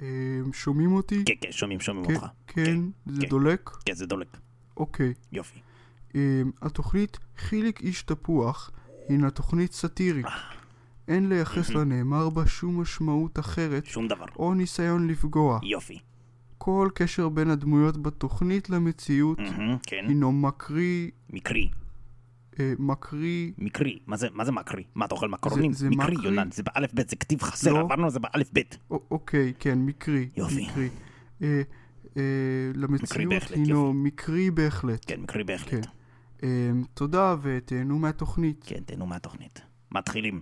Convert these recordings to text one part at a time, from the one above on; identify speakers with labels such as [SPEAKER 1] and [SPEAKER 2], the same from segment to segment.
[SPEAKER 1] אמ, שומעים אותי?
[SPEAKER 2] כן, כן, שומעים, שומעים
[SPEAKER 1] כן,
[SPEAKER 2] אותך.
[SPEAKER 1] כן, זה
[SPEAKER 2] כן.
[SPEAKER 1] דולק?
[SPEAKER 2] כן, זה דולק.
[SPEAKER 1] אוקיי.
[SPEAKER 2] יופי.
[SPEAKER 1] אמ, התוכנית חיליק איש תפוח הינה תוכנית סאטירית. אין לייחס לנאמר בה שום משמעות אחרת
[SPEAKER 2] שום דבר. לא.
[SPEAKER 1] או ניסיון לפגוע.
[SPEAKER 2] יופי.
[SPEAKER 1] כל קשר בין הדמויות בתוכנית למציאות
[SPEAKER 2] מהמם, כן.
[SPEAKER 1] הינו מקריא,
[SPEAKER 2] מקרי.
[SPEAKER 1] אה, מקריא,
[SPEAKER 2] מקרי. מה זה, מה זה מקרי? מה, אתה אוכל מקרונים?
[SPEAKER 1] זה
[SPEAKER 2] מקרי,
[SPEAKER 1] מקרי.
[SPEAKER 2] יונן. זה באלף בית, זה כתיב חסר,
[SPEAKER 1] לא.
[SPEAKER 2] עברנו על זה באלף בית.
[SPEAKER 1] א- אוקיי, כן, מקרי,
[SPEAKER 2] יופי.
[SPEAKER 1] מקרי. אה, אה, למציאות
[SPEAKER 2] בהחלט,
[SPEAKER 1] הינו מקרי בהחלט.
[SPEAKER 2] כן, מקרי
[SPEAKER 1] כן.
[SPEAKER 2] בהחלט.
[SPEAKER 1] אה, תודה ותהנו מהתוכנית.
[SPEAKER 2] כן, תהנו מהתוכנית. מתחילים.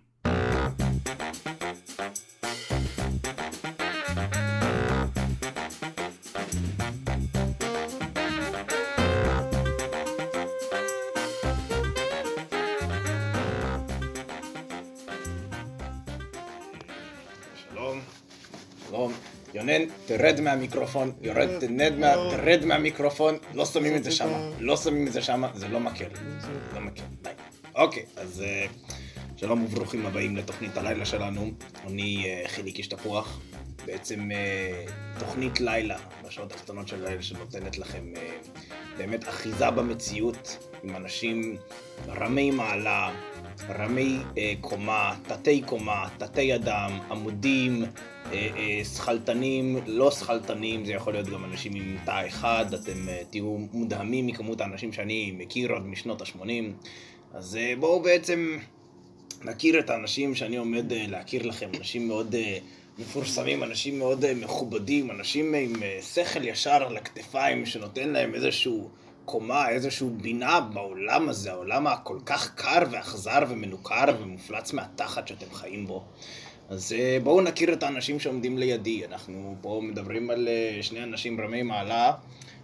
[SPEAKER 3] שלום, שלום. יונן, תרד מהמיקרופון, יורד, תרד מה- תרד מהמיקרופון, לא שמים את זה שמה, לא שמים את זה שמה, זה לא מקל, זה לא מקל, די. אוקיי, אז אה, שלום וברוכים הבאים לתוכנית הלילה שלנו, אני אה, חיליק איש תפוח, בעצם אה, תוכנית לילה, בשעות הקטנות של הלילה שנותנת לכם אה, באמת אחיזה במציאות, עם אנשים רמי מעלה, רמי אה, קומה, תתי קומה, תתי אדם, עמודים, אה, אה, שכלתנים, לא שכלתנים, זה יכול להיות גם אנשים עם תא אחד, אתם אה, תהיו מודהמים מכמות האנשים שאני מכיר עוד משנות ה-80, אז אה, בואו בעצם נכיר את האנשים שאני עומד אה, להכיר לכם, אנשים מאוד אה, מפורסמים, אנשים מאוד אה, מכובדים, אנשים עם אה, שכל ישר על הכתפיים, שנותן להם איזשהו קומה, איזשהו בינה בעולם הזה, העולם הכל כך קר ואכזר ומנוכר ומופלץ מהתחת שאתם חיים בו. אז אה, בואו נכיר את האנשים שעומדים לידי, אנחנו פה מדברים על אה, שני אנשים רמי מעלה.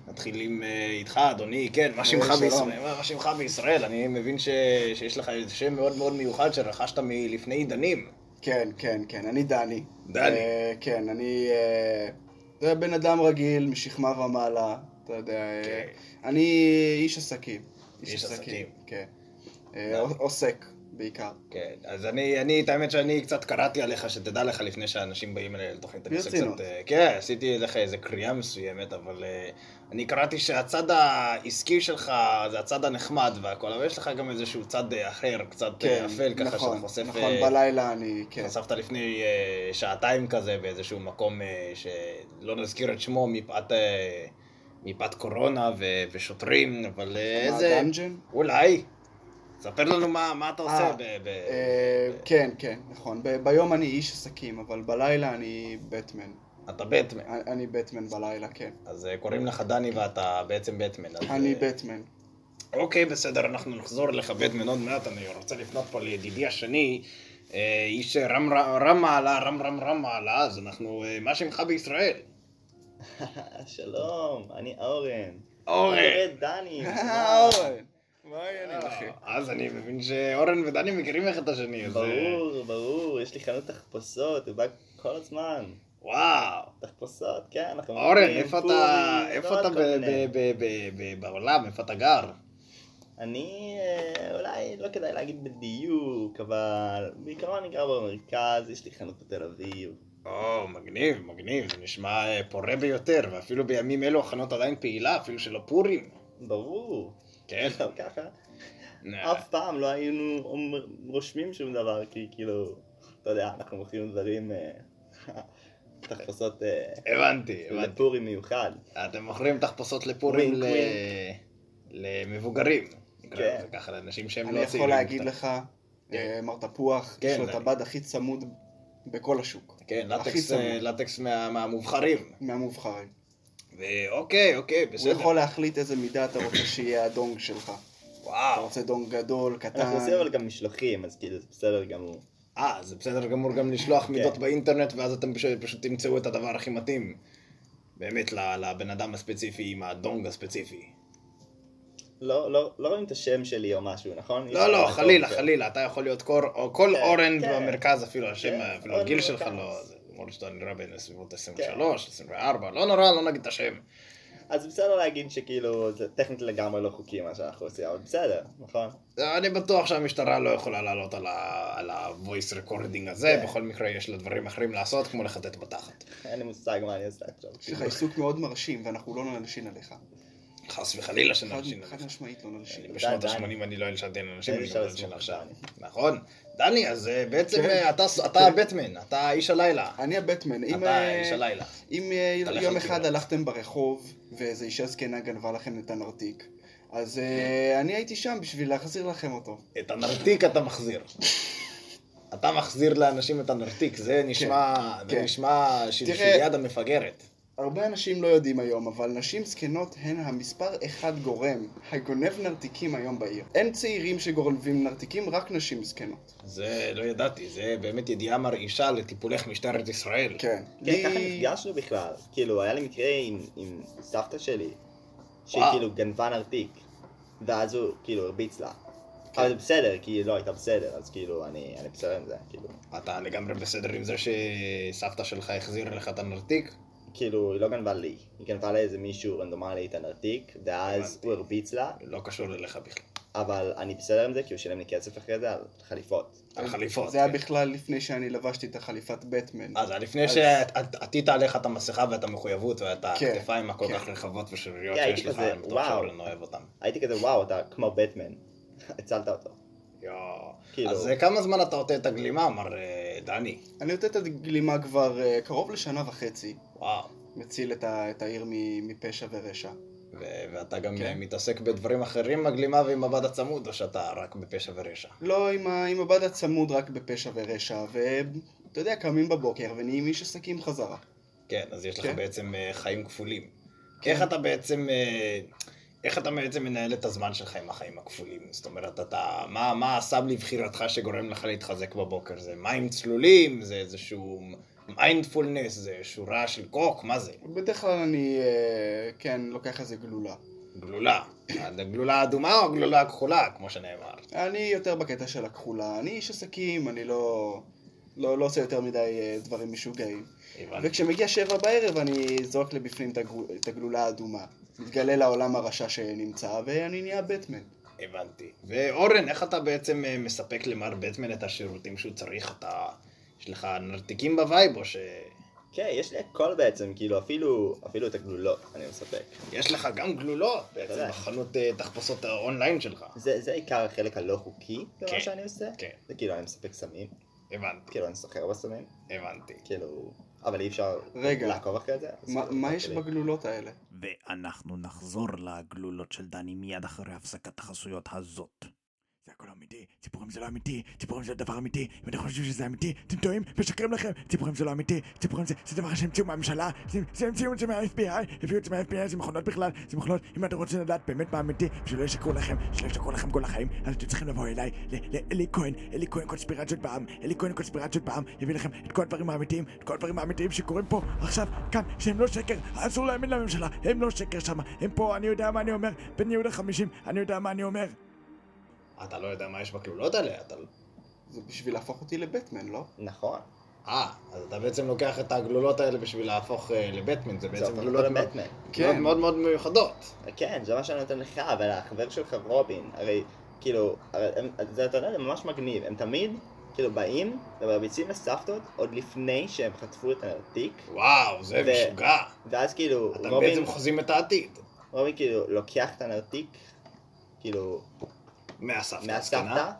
[SPEAKER 3] נתחיל עם אה, איתך, אדוני, כן, מה שמך
[SPEAKER 4] שלום.
[SPEAKER 3] בישראל? מה שמך בישראל? אני מבין ש... שיש לך איזה שם מאוד מאוד מיוחד שרכשת מלפני עידנים.
[SPEAKER 4] כן, כן, כן, אני דני.
[SPEAKER 3] דני.
[SPEAKER 4] אה, כן, אני... אה, זה בן אדם רגיל, משכמה ומעלה, אתה יודע. אה,
[SPEAKER 3] כן.
[SPEAKER 4] אני איש עסקים.
[SPEAKER 3] איש עסקים.
[SPEAKER 4] כן. אה, עוסק, בעיקר.
[SPEAKER 3] כן, אז אני, אני, את האמת שאני קצת קראתי עליך, שתדע לך לפני שאנשים באים אליי לתוכנית. אני עושה
[SPEAKER 4] ברצינות.
[SPEAKER 3] קצת, אה, כן, עשיתי לך איזה קריאה מסוימת, אבל אה, אני קראתי שהצד העסקי שלך זה הצד הנחמד והכל, אבל יש לך גם איזשהו צד אה, אחר, קצת
[SPEAKER 4] כן,
[SPEAKER 3] כן, אפל, ככה
[SPEAKER 4] נכון,
[SPEAKER 3] שאתה חושף...
[SPEAKER 4] נכון,
[SPEAKER 3] אה,
[SPEAKER 4] בלילה אני... כן.
[SPEAKER 3] חשפת לפני אה, שעתיים כזה באיזשהו מקום אה, שלא נזכיר את שמו מפאת, אה, מפאת קורונה ו- ושוטרים, אבל אה, איזה...
[SPEAKER 4] מהדאנג'ן?
[SPEAKER 3] אולי. ספר לנו מה, מה אתה עושה
[SPEAKER 4] אה,
[SPEAKER 3] ב... ב...
[SPEAKER 4] אה, כן, כן, נכון. ב- ביום אני איש עסקים, אבל בלילה אני בטמן.
[SPEAKER 3] אתה בטמן,
[SPEAKER 4] אני אני בטמן בלילה, כן.
[SPEAKER 3] אז אה, קוראים לך דני ואתה בעצם בטמן. אז, אה,
[SPEAKER 4] אני בטמן.
[SPEAKER 3] אוקיי, בסדר, אנחנו נחזור אליך בטמן עוד מעט, אני רוצה לפנות פה לידידי השני, אה, איש רם רם רם מעלה, רם רם רם מעלה, אז אנחנו, אה, מה שמך בישראל?
[SPEAKER 5] אה, שלום, אני אורן.
[SPEAKER 3] אורן.
[SPEAKER 5] דני.
[SPEAKER 4] אה, אורן. מה העניינים, אחי?
[SPEAKER 3] אז אני מבין שאורן ודני מכירים אחד את השני, אז... אה,
[SPEAKER 5] ברור, ברור, יש לי חנות תחפושות, הוא בא כל הזמן.
[SPEAKER 3] וואו.
[SPEAKER 5] תחפושות, כן, אנחנו...
[SPEAKER 3] אורן,
[SPEAKER 5] אוכלים
[SPEAKER 3] איפה אתה,
[SPEAKER 5] פורים,
[SPEAKER 3] איפה
[SPEAKER 5] ועוד
[SPEAKER 3] אתה
[SPEAKER 5] כל
[SPEAKER 3] ב-
[SPEAKER 5] מיני.
[SPEAKER 3] ב- ב- ב- ב- בעולם, איפה אתה גר?
[SPEAKER 5] אני אה, אולי לא כדאי להגיד בדיוק, אבל בעיקרון אני גר במרכז, יש לי חנות בתל אביב.
[SPEAKER 3] או, מגניב, מגניב, זה נשמע אה, פורה ביותר, ואפילו בימים אלו החנות עדיין פעילה, אפילו של הפורים.
[SPEAKER 5] ברור.
[SPEAKER 3] כן. אה,
[SPEAKER 5] גם ככה.
[SPEAKER 3] נה,
[SPEAKER 5] אף פעם לא היינו אומר- רושמים שום דבר, כי כאילו, אתה יודע, אנחנו מוכרים דברים, אה, תחפושות אה,
[SPEAKER 3] הבנתי, הבנתי.
[SPEAKER 5] לפורים מיוחד.
[SPEAKER 3] אתם מוכרים תחפושות לפורים
[SPEAKER 5] ווינק,
[SPEAKER 3] ל-
[SPEAKER 5] ווינק.
[SPEAKER 3] למבוגרים. נקרא
[SPEAKER 5] כן.
[SPEAKER 3] לזה ככה, לאנשים שהם לא
[SPEAKER 4] אני
[SPEAKER 3] צעירים.
[SPEAKER 4] יכול להגיד
[SPEAKER 3] קצת.
[SPEAKER 4] לך, אה, מר תפוח,
[SPEAKER 3] כן,
[SPEAKER 4] יש לו את
[SPEAKER 3] אני-
[SPEAKER 4] הבד הכי צמוד בכל השוק.
[SPEAKER 3] כן,
[SPEAKER 4] הכי
[SPEAKER 3] לטקס,
[SPEAKER 4] צמוד.
[SPEAKER 3] אה, לטקס מה- מהמובחרים.
[SPEAKER 4] מהמובחרים.
[SPEAKER 3] ו- אוקיי, אוקיי,
[SPEAKER 4] הוא
[SPEAKER 3] בסדר.
[SPEAKER 4] יכול להחליט איזה מידה אתה רוצה שיהיה הדונג שלך. אתה
[SPEAKER 3] וואו.
[SPEAKER 4] רוצה דונג גדול,
[SPEAKER 5] אנחנו
[SPEAKER 4] קטן.
[SPEAKER 5] עושים אבל גם משלוחים, אז כאילו זה בסדר גמור.
[SPEAKER 3] אה, זה בסדר גמור גם
[SPEAKER 4] כן.
[SPEAKER 3] לשלוח מידות באינטרנט, ואז אתם פשוט, פשוט תמצאו את הדבר הכי מתאים. באמת, ל- לבן אדם הספציפי עם הדונג הספציפי.
[SPEAKER 5] לא, לא, לא רואים את השם שלי או משהו, נכון?
[SPEAKER 3] לא, לא, חלילה,
[SPEAKER 4] כן.
[SPEAKER 3] חלילה, אתה יכול להיות קור, או כל
[SPEAKER 5] כן,
[SPEAKER 3] אורן
[SPEAKER 5] כן.
[SPEAKER 3] במרכז אפילו, השם,
[SPEAKER 5] כן,
[SPEAKER 3] אפילו
[SPEAKER 5] אורן
[SPEAKER 3] הגיל שלך
[SPEAKER 5] במרכז. כן.
[SPEAKER 3] לא, זה- למרות שאתה נראה בין 23, 24, לא נורא, לא נגיד את השם.
[SPEAKER 5] אז בסדר להגיד שכאילו זה טכנית לגמרי לא חוקי מה שאנחנו עושים, אבל בסדר, נכון?
[SPEAKER 3] אני בטוח שהמשטרה לא יכולה לעלות על ה- על ה-voice recording הזה,
[SPEAKER 5] כן.
[SPEAKER 3] בכל מקרה יש לה דברים אחרים לעשות, כמו לחטט בתחת.
[SPEAKER 5] אין לי מושג מה אני עושה עכשיו.
[SPEAKER 4] יש לך עיסוק מאוד מרשים, ואנחנו לא נלשין עליך.
[SPEAKER 3] חס וחלילה
[SPEAKER 4] חד
[SPEAKER 3] שנלשין עליך.
[SPEAKER 4] חד משמעית לא נלשין.
[SPEAKER 3] אני בשנות
[SPEAKER 5] דני.
[SPEAKER 3] ה-80 אני לא אלשנתי על אנשים,
[SPEAKER 5] דני
[SPEAKER 3] אני
[SPEAKER 5] שר
[SPEAKER 3] גם
[SPEAKER 5] עצמו.
[SPEAKER 3] אלשן עכשיו. נכון. דני, אז אה, בעצם
[SPEAKER 4] כן.
[SPEAKER 3] אה, אתה- אתה הבטמן, אתה איש הלילה.
[SPEAKER 4] אני הבטמן. אם,
[SPEAKER 3] אה, אתה
[SPEAKER 4] אה,
[SPEAKER 3] איש הלילה.
[SPEAKER 4] אם אה,
[SPEAKER 3] תלך
[SPEAKER 4] יום
[SPEAKER 3] על
[SPEAKER 4] אחד
[SPEAKER 3] קיבוץ.
[SPEAKER 4] הלכתם ברחוב, ואיזו אישה זקנה גנבה לכם את הנרתיק,
[SPEAKER 3] כן.
[SPEAKER 4] אז אה, אני הייתי שם בשביל להחזיר לכם אותו.
[SPEAKER 3] את הנרתיק אתה מחזיר. אתה מחזיר לאנשים את הנרתיק, זה נשמע, זה
[SPEAKER 4] כן.
[SPEAKER 3] נשמע של- של
[SPEAKER 4] תראה-
[SPEAKER 3] יד המפגרת.
[SPEAKER 4] הרבה אנשים לא יודעים היום, אבל נשים זקנות הן המספר אחד גורם הגונב נרתיקים היום בעיר. אין צעירים שגונבים נרתיקים, רק נשים זקנות.
[SPEAKER 3] זה לא ידעתי, זה באמת ידיעה מרעישה לטיפולך משטרת ישראל.
[SPEAKER 4] כן.
[SPEAKER 5] כן, ככה נפגשנו בכלל. כאילו, היה לי מקרה עם, עם סבתא שלי, שהיא
[SPEAKER 3] וואו.
[SPEAKER 5] כאילו גנבה נרתיק, ואז הוא כאילו הרביץ לה.
[SPEAKER 3] כן.
[SPEAKER 5] אבל זה בסדר, כי היא לא הייתה בסדר, אז כאילו, אני, אני בסדר עם זה, כאילו.
[SPEAKER 3] אתה לגמרי בסדר עם זה שסבתא שלך החזירה לך את הנרתיק?
[SPEAKER 5] כאילו, היא לא גנבה לי, היא גנבה לאיזה מישהו רנדומלי את הנרתיק, ואז
[SPEAKER 3] הבנתי.
[SPEAKER 5] הוא הרביץ לה,
[SPEAKER 3] לא קשור אליך בכלל.
[SPEAKER 5] אבל אני בסדר עם זה, כי הוא שילם לי כסף אחרי זה על חליפות.
[SPEAKER 3] על חליפות.
[SPEAKER 4] אה, זה היה
[SPEAKER 3] כן.
[SPEAKER 4] בכלל לפני שאני לבשתי את החליפת בטמן.
[SPEAKER 3] אה, זה היה לפני שעטית עליך את המסכה ואת המחויבות ואת הכתפיים הכל
[SPEAKER 4] כן.
[SPEAKER 3] כך רחבות ושריריות
[SPEAKER 5] כן, הייתי
[SPEAKER 3] שיש לך,
[SPEAKER 5] כזה,
[SPEAKER 3] אני בטוח
[SPEAKER 5] וואו.
[SPEAKER 3] שאורן אוהב אותן.
[SPEAKER 5] הייתי כזה, וואו, אתה כמו בטמן. הצלת אותו.
[SPEAKER 3] יואו.
[SPEAKER 5] כאילו-
[SPEAKER 3] אז אה, כמה זמן אתה עוטה את הגלימה, מר אה, דני?
[SPEAKER 4] אני נותן את הגלימה כבר אה, קרוב לשנה וחצי,
[SPEAKER 3] וואו.
[SPEAKER 4] מציל את ה- את העיר מ- מפשע ורשע.
[SPEAKER 3] ו- ואתה גם
[SPEAKER 4] כן.
[SPEAKER 3] אה, מתעסק בדברים אחרים עם הגלימה ועם מבט הצמוד, או שאתה רק בפשע ורשע?
[SPEAKER 4] לא, עם ה- עם הבד הצמוד רק בפשע ורשע, ואתה יודע, קמים בבוקר ונהיים איש עסקים חזרה.
[SPEAKER 3] כן, אז יש לך
[SPEAKER 4] כן.
[SPEAKER 3] בעצם אה, חיים כפולים. איך אתה בעצם... אה, איך אתה בעצם מנהל את הזמן שלך עם החיים הכפולים? זאת אומרת, אתה... מה, מה הסם לבחירתך שגורם לך להתחזק בבוקר? זה מים צלולים? זה איזשהו מיינדפולנס? זה איזשהו רעש של קוק? מה זה?
[SPEAKER 4] בדרך כלל אני, אה, כן, לוקח איזה גלולה.
[SPEAKER 3] גלולה. הגלולה האדומה או הגלולה הכחולה, כמו שנאמר?
[SPEAKER 4] אני יותר בקטע של הכחולה. אני איש עסקים, אני לא... לא, לא עושה יותר מדי אה, דברים משוגעים.
[SPEAKER 3] הבנתי.
[SPEAKER 4] וכשמגיע שבע בערב אני זורק לבפנים את הגרו- את הגלולה האדומה. מתגלה לעולם הרשע שנמצא, ואני נהיה בטמן.
[SPEAKER 3] הבנתי. ואורן, איך אתה בעצם אה, מספק למר בטמן את השירותים שהוא צריך? אתה... יש לך נרתיקים בווייב או ש...
[SPEAKER 5] כן, יש לי הכל בעצם, כאילו, אפילו, אפילו את הגלולות, אני מספק.
[SPEAKER 3] יש לך גם גלולות בעצם
[SPEAKER 5] בוודאי.
[SPEAKER 3] בחנות אה, תחפושות האונליין שלך.
[SPEAKER 5] זה, זה עיקר החלק הלא חוקי, במה
[SPEAKER 3] כן,
[SPEAKER 5] שאני עושה.
[SPEAKER 3] כן.
[SPEAKER 5] זה כאילו, אני מספק סמים,
[SPEAKER 3] הבנתי,
[SPEAKER 5] כאילו, אני סוחר בסמים,
[SPEAKER 3] הבנתי.
[SPEAKER 5] כאילו, אבל אי אפשר
[SPEAKER 4] רגע.
[SPEAKER 5] לעקוב אחרי זה. אז
[SPEAKER 4] מה-
[SPEAKER 5] כאילו,
[SPEAKER 4] מה
[SPEAKER 5] זה
[SPEAKER 4] יש
[SPEAKER 5] כאילו-
[SPEAKER 4] בגלולות האלה?
[SPEAKER 2] ואנחנו נחזור לגלולות של דני מיד אחרי הפסקת החסויות הזאת. זה הכל אמיתי, ציפורים זה לא אמיתי, ציפורים זה דבר אמיתי, אם אתם חושבים שזה אמיתי, אתם טועים, משקרים לכם, ציפורים זה לא אמיתי, ציפורים זה, זה דבר שהמציאו מהממשלה, זה, זה המציאו את זה מה-FBI, הביאו את זה מה-FBI, זה מכונות בכלל, זה מכונות, אם אתם רוצים לדעת באמת מה אמיתי, שלא ישקרו לכם, שלא ישקרו לכם כל החיים, אז אתם צריכים לבוא אליי, ל- ל- אלי כהן, אלי כהן קונספירציות בעם, אלי כהן קונספירציות בעם, יביא לכם את כל הדברים האמיתיים, את כל הדברים האמיתיים שקורים פה, עכשיו, כאן, שהם לא שקר, אסור להאמין לממשלה, הם לא שקר שמה, הם פה, אני יודע מה אני אומר, בן יהודה חמישים, אני יודע מה אני אומר.
[SPEAKER 3] אתה לא יודע מה יש בגלולות האלה, אתה... לא-
[SPEAKER 4] זה בשביל להפוך אותי לבטמן, לא?
[SPEAKER 5] נכון.
[SPEAKER 3] אה, אז אתה בעצם לוקח את הגלולות האלה בשביל להפוך אה, לבטמן, זה
[SPEAKER 5] זה
[SPEAKER 3] בעצם
[SPEAKER 5] הופך
[SPEAKER 3] גלולות לא-
[SPEAKER 5] אותו
[SPEAKER 3] מאוד-
[SPEAKER 5] לבטמן.
[SPEAKER 3] גלולות מאוד מאוד מיוחדות.
[SPEAKER 5] כן, זה מה שאני נותן לך, אבל החבר שלך רובין, הרי כאילו, הרי הם, זה, אתה יודע, זה ממש מגניב, הם תמיד כאילו באים ומרביצים לסבתות עוד לפני שהם חטפו את הנרתיק,
[SPEAKER 3] וואו, זה
[SPEAKER 5] ו-
[SPEAKER 3] משוגע.
[SPEAKER 5] ואז כאילו,
[SPEAKER 3] אתם
[SPEAKER 5] רובין,
[SPEAKER 3] בעצם חוזים את העתיד.
[SPEAKER 5] רובין כאילו לוקח את הנרתיק, כאילו,
[SPEAKER 3] מהסבתא.
[SPEAKER 5] מהסבתא,
[SPEAKER 3] הזקנה.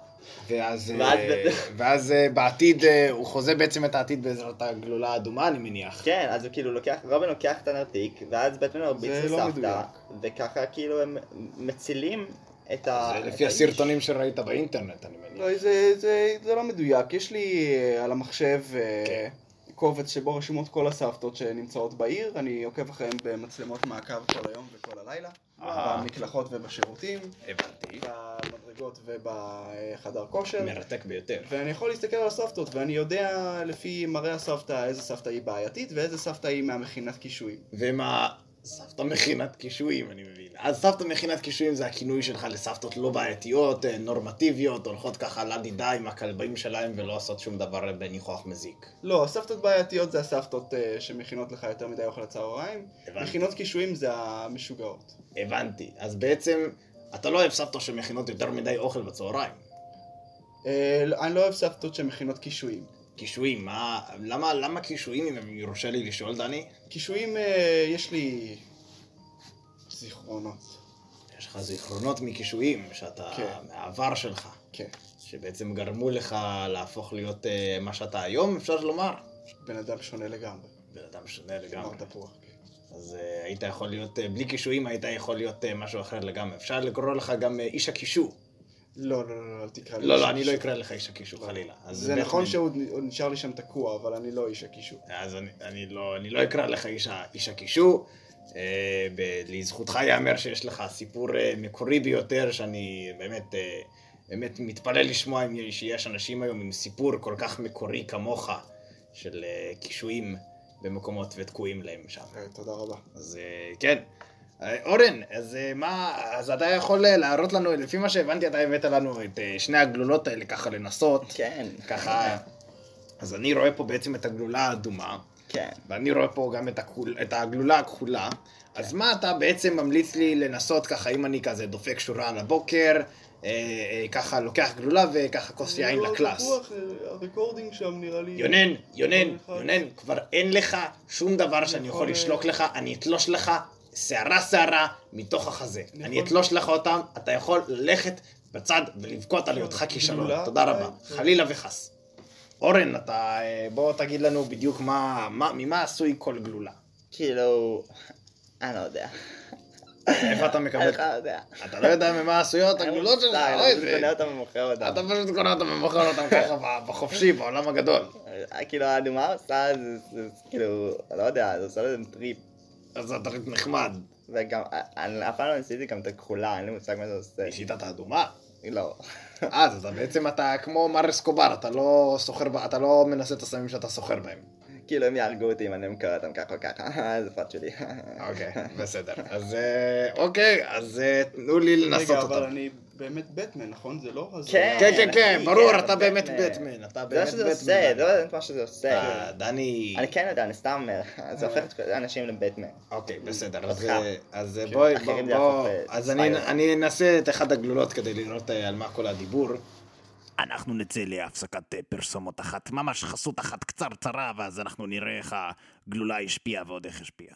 [SPEAKER 3] ואז, אה,
[SPEAKER 5] ואז-
[SPEAKER 3] ואז אה, בעתיד, אה, הוא חוזה בעצם את העתיד בעזרת הגלולה האדומה, אני מניח.
[SPEAKER 5] כן, אז הוא כאילו לוקח, רובין לוקח את הנרתיק, ואז בטמן מרביץ
[SPEAKER 4] זה לא
[SPEAKER 5] לסבתא,
[SPEAKER 4] מדויק.
[SPEAKER 5] וככה כאילו הם מצילים את ה...
[SPEAKER 3] זה
[SPEAKER 5] את
[SPEAKER 3] לפי
[SPEAKER 5] האיש.
[SPEAKER 3] הסרטונים שראית באינטרנט, אני מניח.
[SPEAKER 4] לא, זה, זה, זה לא מדויק. יש לי אה, על המחשב אה,
[SPEAKER 3] כן.
[SPEAKER 4] קובץ שבו רשומות כל הסבתות שנמצאות בעיר. אני עוקב אחריהן במצלמות מעקב כל היום וכל הלילה.
[SPEAKER 3] אהה.
[SPEAKER 4] במקלחות ובשירותים,
[SPEAKER 3] אה, הבנתי.
[SPEAKER 4] במדרגות ובחדר כושר.
[SPEAKER 3] מרתק ביותר.
[SPEAKER 4] ואני יכול להסתכל על הסבתות, ואני יודע לפי מראה הסבתא איזה סבתא היא בעייתית ואיזה סבתא היא מהמכינת קישואים.
[SPEAKER 3] ומה... סבתא מכינת קישואים, אני מבין. אז סבתא מכינת קישואים זה הכינוי שלך לסבתות לא בעייתיות, אה, נורמטיביות, הולכות ככה לדידה עם הכלבים שלהם ולא עושות שום דבר בניחוח מזיק.
[SPEAKER 4] לא, הסבתות בעייתיות זה הסבתות אה, שמכינות לך יותר מדי אוכל לצהריים.
[SPEAKER 3] הבנתי.
[SPEAKER 4] מכינות קישואים זה המשוגעות.
[SPEAKER 3] הבנתי. אז בעצם, אתה לא אוהב סבתא שמכינות יותר מדי אוכל בצהריים.
[SPEAKER 4] אה, לא- אני לא אוהב סבתות שמכינות קישואים.
[SPEAKER 3] קישואים, מה... למה, למה קישואים, אם יורשה לי לשאול, דני?
[SPEAKER 4] קישואים, אה, יש לי... זיכרונות.
[SPEAKER 3] יש לך זיכרונות מקישואים, שאתה...
[SPEAKER 4] כן.
[SPEAKER 3] מהעבר שלך.
[SPEAKER 4] כן.
[SPEAKER 3] שבעצם גרמו לך להפוך להיות אה, מה שאתה היום, אפשר לומר?
[SPEAKER 4] בן אדם שונה לגמרי. אוקיי.
[SPEAKER 3] בן אדם שונה
[SPEAKER 4] כמו
[SPEAKER 3] לגמרי.
[SPEAKER 4] תפוח.
[SPEAKER 3] אז אה, היית יכול להיות, אה, בלי קישואים היית יכול להיות אה, משהו אחר לגמרי. אפשר לקרוא לך גם אה, איש הקישור.
[SPEAKER 4] לא, לא, לא, אל תקרא לי.
[SPEAKER 3] לא,
[SPEAKER 4] איש
[SPEAKER 3] לא, אני לא
[SPEAKER 4] הקישור.
[SPEAKER 3] אקרא לך איש הקישור, חלילה. אז
[SPEAKER 4] זה
[SPEAKER 3] בעצם-
[SPEAKER 4] נכון שעוד עוד נשאר לי שם תקוע, אבל אני לא איש הקישור.
[SPEAKER 3] אז אני, אני, לא, אני לא אקרא לך איש, ה- איש הקישור. אה, ב- לזכותך ייאמר שיש לך סיפור אה, מקורי ביותר, שאני באמת, אה, באמת מתפלא לשמוע אם יש- שיש אנשים היום עם סיפור כל כך מקורי כמוך, של אה, קישואים במקומות ותקועים להם שם.
[SPEAKER 4] אה, תודה רבה.
[SPEAKER 3] אז אה, כן. אה, אורן, אז אה, מה, אז אתה יכול אה, להראות לנו, לפי מה שהבנתי, אתה הבאת לנו את אה, שני הגלולות האלה ככה לנסות,
[SPEAKER 5] כן,
[SPEAKER 3] ככה... אז אני רואה פה בעצם את הגלולה האדומה,
[SPEAKER 5] כן.
[SPEAKER 3] ואני רואה פה גם את, הכול, את הגלולה הכחולה. אז מה אתה בעצם ממליץ לי לנסות ככה, אם אני כזה דופק שורה על הבוקר, אה, אה, ככה לוקח גלולה וככה כוס יין לקלאס.
[SPEAKER 4] אה, הרקורדינג שם נראה לי...
[SPEAKER 3] יונן, יונן, יונן, כבר אין לך שום דבר שאני יכול לשלוק לך, אני אתלוש לך שערה שערה מתוך החזה. אני אתלוש לך אותם, אתה יכול ללכת בצד ולבכות על היותך כישלון.
[SPEAKER 4] גדולה,
[SPEAKER 3] תודה רבה.
[SPEAKER 4] אולי.
[SPEAKER 3] חלילה וחס. אורן, אתה, אה, בוא תגיד לנו בדיוק מה, מה- ממה עשוי כל גלולה.
[SPEAKER 5] כאילו, אני לא יודע.
[SPEAKER 3] איפה אתה
[SPEAKER 5] אני
[SPEAKER 3] מקבל?
[SPEAKER 5] לא יודע.
[SPEAKER 3] אתה לא יודע ממה עשויות
[SPEAKER 5] אה,
[SPEAKER 3] הגלולות שלך,
[SPEAKER 5] אני
[SPEAKER 3] אוי,
[SPEAKER 5] פשוט
[SPEAKER 3] לא אה, זה-
[SPEAKER 5] לא קונה אותם ומוכר אותם.
[SPEAKER 3] אתה פשוט קונה אותם ומוכר אותם ככה ב- בחופשי, בעולם הגדול.
[SPEAKER 5] כאילו, האדומה עושה, זה- זה- זה- כאילו, לא יודע, זה עושה לזה טריפ.
[SPEAKER 3] אז אתה נחמד.
[SPEAKER 5] וגם, אני אף פעם לא ניסיתי גם את הכחולה, אין לי מושג מה זה עושה.
[SPEAKER 3] היא שיטת האדומה.
[SPEAKER 5] לא.
[SPEAKER 3] אה, אז אתה בעצם אתה כמו מר אסקובר, אתה לא סוחר, ב- אתה לא מנסה את הסמים שאתה סוחר בהם.
[SPEAKER 5] כאילו, הם יהרגו אותי אם אני אמכר אותם ככה או ככה, זה פרט שלי.
[SPEAKER 3] אוקיי, בסדר. אז אה, אוקיי, אז אה, תנו לי לנסות
[SPEAKER 4] רגע, אבל
[SPEAKER 3] אותם.
[SPEAKER 4] אני באמת בטמן, נכון? זה לא הזוי.
[SPEAKER 5] כן.
[SPEAKER 3] כן, כן, כן,
[SPEAKER 5] אחי,
[SPEAKER 3] ברור,
[SPEAKER 5] כן,
[SPEAKER 3] אתה
[SPEAKER 5] אתה
[SPEAKER 3] באמת
[SPEAKER 5] בטמן.
[SPEAKER 3] בטמן, אתה
[SPEAKER 5] זה מה
[SPEAKER 3] באמת
[SPEAKER 5] שזה עושה, זה לא
[SPEAKER 3] בטמן.
[SPEAKER 5] יודעת מה שזה
[SPEAKER 3] אה,
[SPEAKER 5] עושה.
[SPEAKER 3] דני...
[SPEAKER 5] אני כן יודע, אני סתם אומר, זה הופך את האנשים לבטמן.
[SPEAKER 3] אוקיי, בסדר, אז,
[SPEAKER 5] אותך. כן,
[SPEAKER 3] אה, אז אה, בואי, בוא,
[SPEAKER 5] אחרים זה
[SPEAKER 3] בוא,
[SPEAKER 5] הפוך, אה,
[SPEAKER 3] אז אני,
[SPEAKER 5] ספייר.
[SPEAKER 3] אני אנסה את אחד הגלולות כדי לראות אה, על מה כל הדיבור.
[SPEAKER 2] אנחנו נצא להפסקת אה, פרסומות אחת, ממש חסות אחת קצרצרה, ואז אנחנו נראה איך הגלולה השפיעה ועוד איך השפיעה.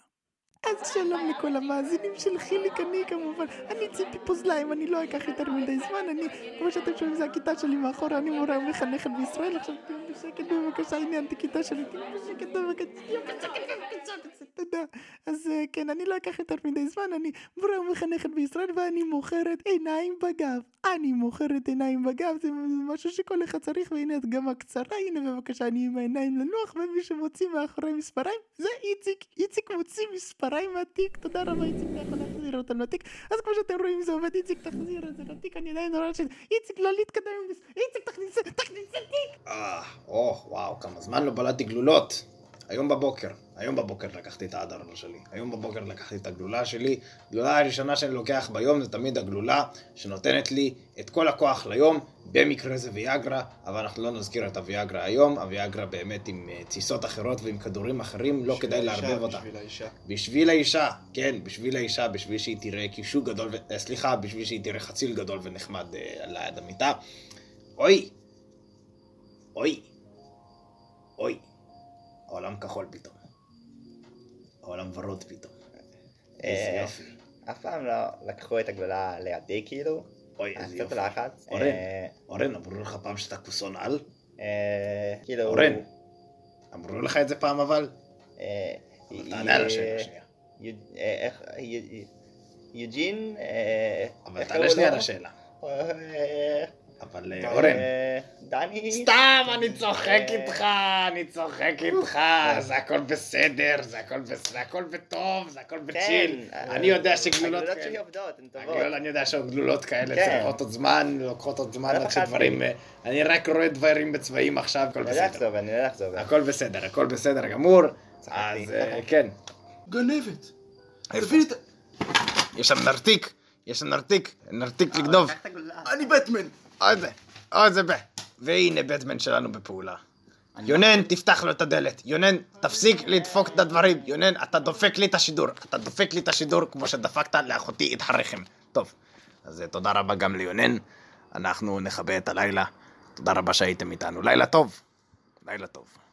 [SPEAKER 6] אז שלום לכל המאזינים של חיליק, אני כמובן, אני ציפי פוזליים, אני לא אקח יותר מדי זמן, אני, כמו שאתם שומעים, זה הכיתה שלי מאחורה, אני מורה ומחנכת בישראל, עכשיו תהיו בשקט בבקשה, הנה הכיתה שלי, תהיו בשקט בבקשה, תהיו בשקט בבקשה, בבקשה, תודה. אז אה, כן, אני לא אקח יותר מדי זמן, אני מורה ומחנכת בישראל, ואני מוכרת עיניים בגב. אני מוכרת עיניים בגב, זה משהו שכל אחד צריך, והנה הדגמה קצרה, הנה בבקשה, אני עם העיניים לנוח, ומי שמוציא מאחורי מספריים, זה איציק. איציק מוציא מספריים מהתיק, תודה רבה איציק, אתה יכול להחזיר אותם לתיק. אז כמו שאתם רואים זה עובד, איציק תחזיר את זה לתיק, אני עדיין רואה ש... איציק לא להתקדם עם זה, איציק תכניס, תכניס את התיק.
[SPEAKER 3] אה, או, וואו, כמה זמן לא בלעתי גלולות. היום בבוקר, היום בבוקר לקחתי את ההדרה שלי. היום בבוקר לקחתי את הגלולה שלי. הגלולה הראשונה שאני לוקח ביום זה תמיד הגלולה שנותנת לי את כל הכוח ליום. במקרה זה ויאגרה, אבל אנחנו לא נזכיר את הוויאגרה היום. הוויאגרה באמת עם אה, תסיסות אחרות ועם כדורים אחרים, לא
[SPEAKER 4] בשביל
[SPEAKER 3] כדאי
[SPEAKER 4] האישה,
[SPEAKER 3] לערבב אותה.
[SPEAKER 4] בשביל האישה.
[SPEAKER 3] בשביל האישה, כן, בשביל האישה, בשביל שהיא תראה קישור גדול, ו... אה, סליחה, בשביל שהיא תראה חציל גדול ונחמד אה, על יד המיטה. אוי! אוי! אוי! העולם כחול פתאום. העולם ורוד פתאום. איזה
[SPEAKER 5] אה,
[SPEAKER 3] יופי.
[SPEAKER 5] אף פעם לא לקחו את הגדולה לידי, כאילו.
[SPEAKER 3] אוי,
[SPEAKER 5] היה
[SPEAKER 3] איזה
[SPEAKER 5] קצת
[SPEAKER 3] יופי.
[SPEAKER 5] לחץ.
[SPEAKER 3] אורן.
[SPEAKER 5] אה,
[SPEAKER 3] אורן, אמרו לך פעם שאתה כוסון על?
[SPEAKER 5] לא. אה, כאילו...
[SPEAKER 3] אורן. אמרו לך את זה פעם אבל?
[SPEAKER 5] אה,
[SPEAKER 3] אבל
[SPEAKER 5] אה,
[SPEAKER 3] תענה על השאלה השנייה.
[SPEAKER 5] יו- אה, איך... יו- יוג'ין... אה,
[SPEAKER 3] אבל
[SPEAKER 5] איך
[SPEAKER 3] תענה
[SPEAKER 5] קראו
[SPEAKER 3] שנייה על
[SPEAKER 5] לו?
[SPEAKER 3] השאלה.
[SPEAKER 5] אה,
[SPEAKER 3] אבל
[SPEAKER 5] אה,
[SPEAKER 3] אה, אורן.
[SPEAKER 5] דני. אה,
[SPEAKER 3] סתם, אני צוחק איתך, אני צוחק איתך, זה הכל בסדר, זה הכל בס- זה הכל בטוב, זה הכל בצ'יל.
[SPEAKER 5] אה,
[SPEAKER 3] אני יודע שגלולות
[SPEAKER 5] הגלולות שלי
[SPEAKER 3] כאלה...
[SPEAKER 5] עובדות, הן טובות.
[SPEAKER 3] הגלול- אני לא יודע שגלולות כאלה
[SPEAKER 5] כן.
[SPEAKER 3] צריכות עוד זמן, לוקחות עוד זמן
[SPEAKER 5] לא
[SPEAKER 3] עד
[SPEAKER 5] פחדתי.
[SPEAKER 3] שדברים... אה, אני רק רואה דברים בצבעים עכשיו, הכל
[SPEAKER 5] אני לא
[SPEAKER 3] בסדר.
[SPEAKER 5] אחזור, אני לא אחזור.
[SPEAKER 3] הכל בסדר, הכל בסדר גמור.
[SPEAKER 5] צחקתי.
[SPEAKER 3] אז אה, כן.
[SPEAKER 4] גנבת! תביא לי את...
[SPEAKER 3] יש שם נרתיק! יש שם נרתיק! נרתיק לגנוב!
[SPEAKER 5] קח את הגוללה.
[SPEAKER 4] אני בטמן!
[SPEAKER 3] עוד זה! עוד זה ב... והנה בטמן שלנו בפעולה. יונן, תפתח לו את הדלת. יונן, תפסיק לדפוק את הדברים. יונן, אתה דופק לי את השידור. אתה דופק לי את השידור כמו שדפקת לאחותי את הרחם. טוב, אז אה, תודה רבה גם ליונן. אנחנו נכבה את הלילה. תודה רבה שהייתם איתנו. לילה טוב. לילה טוב.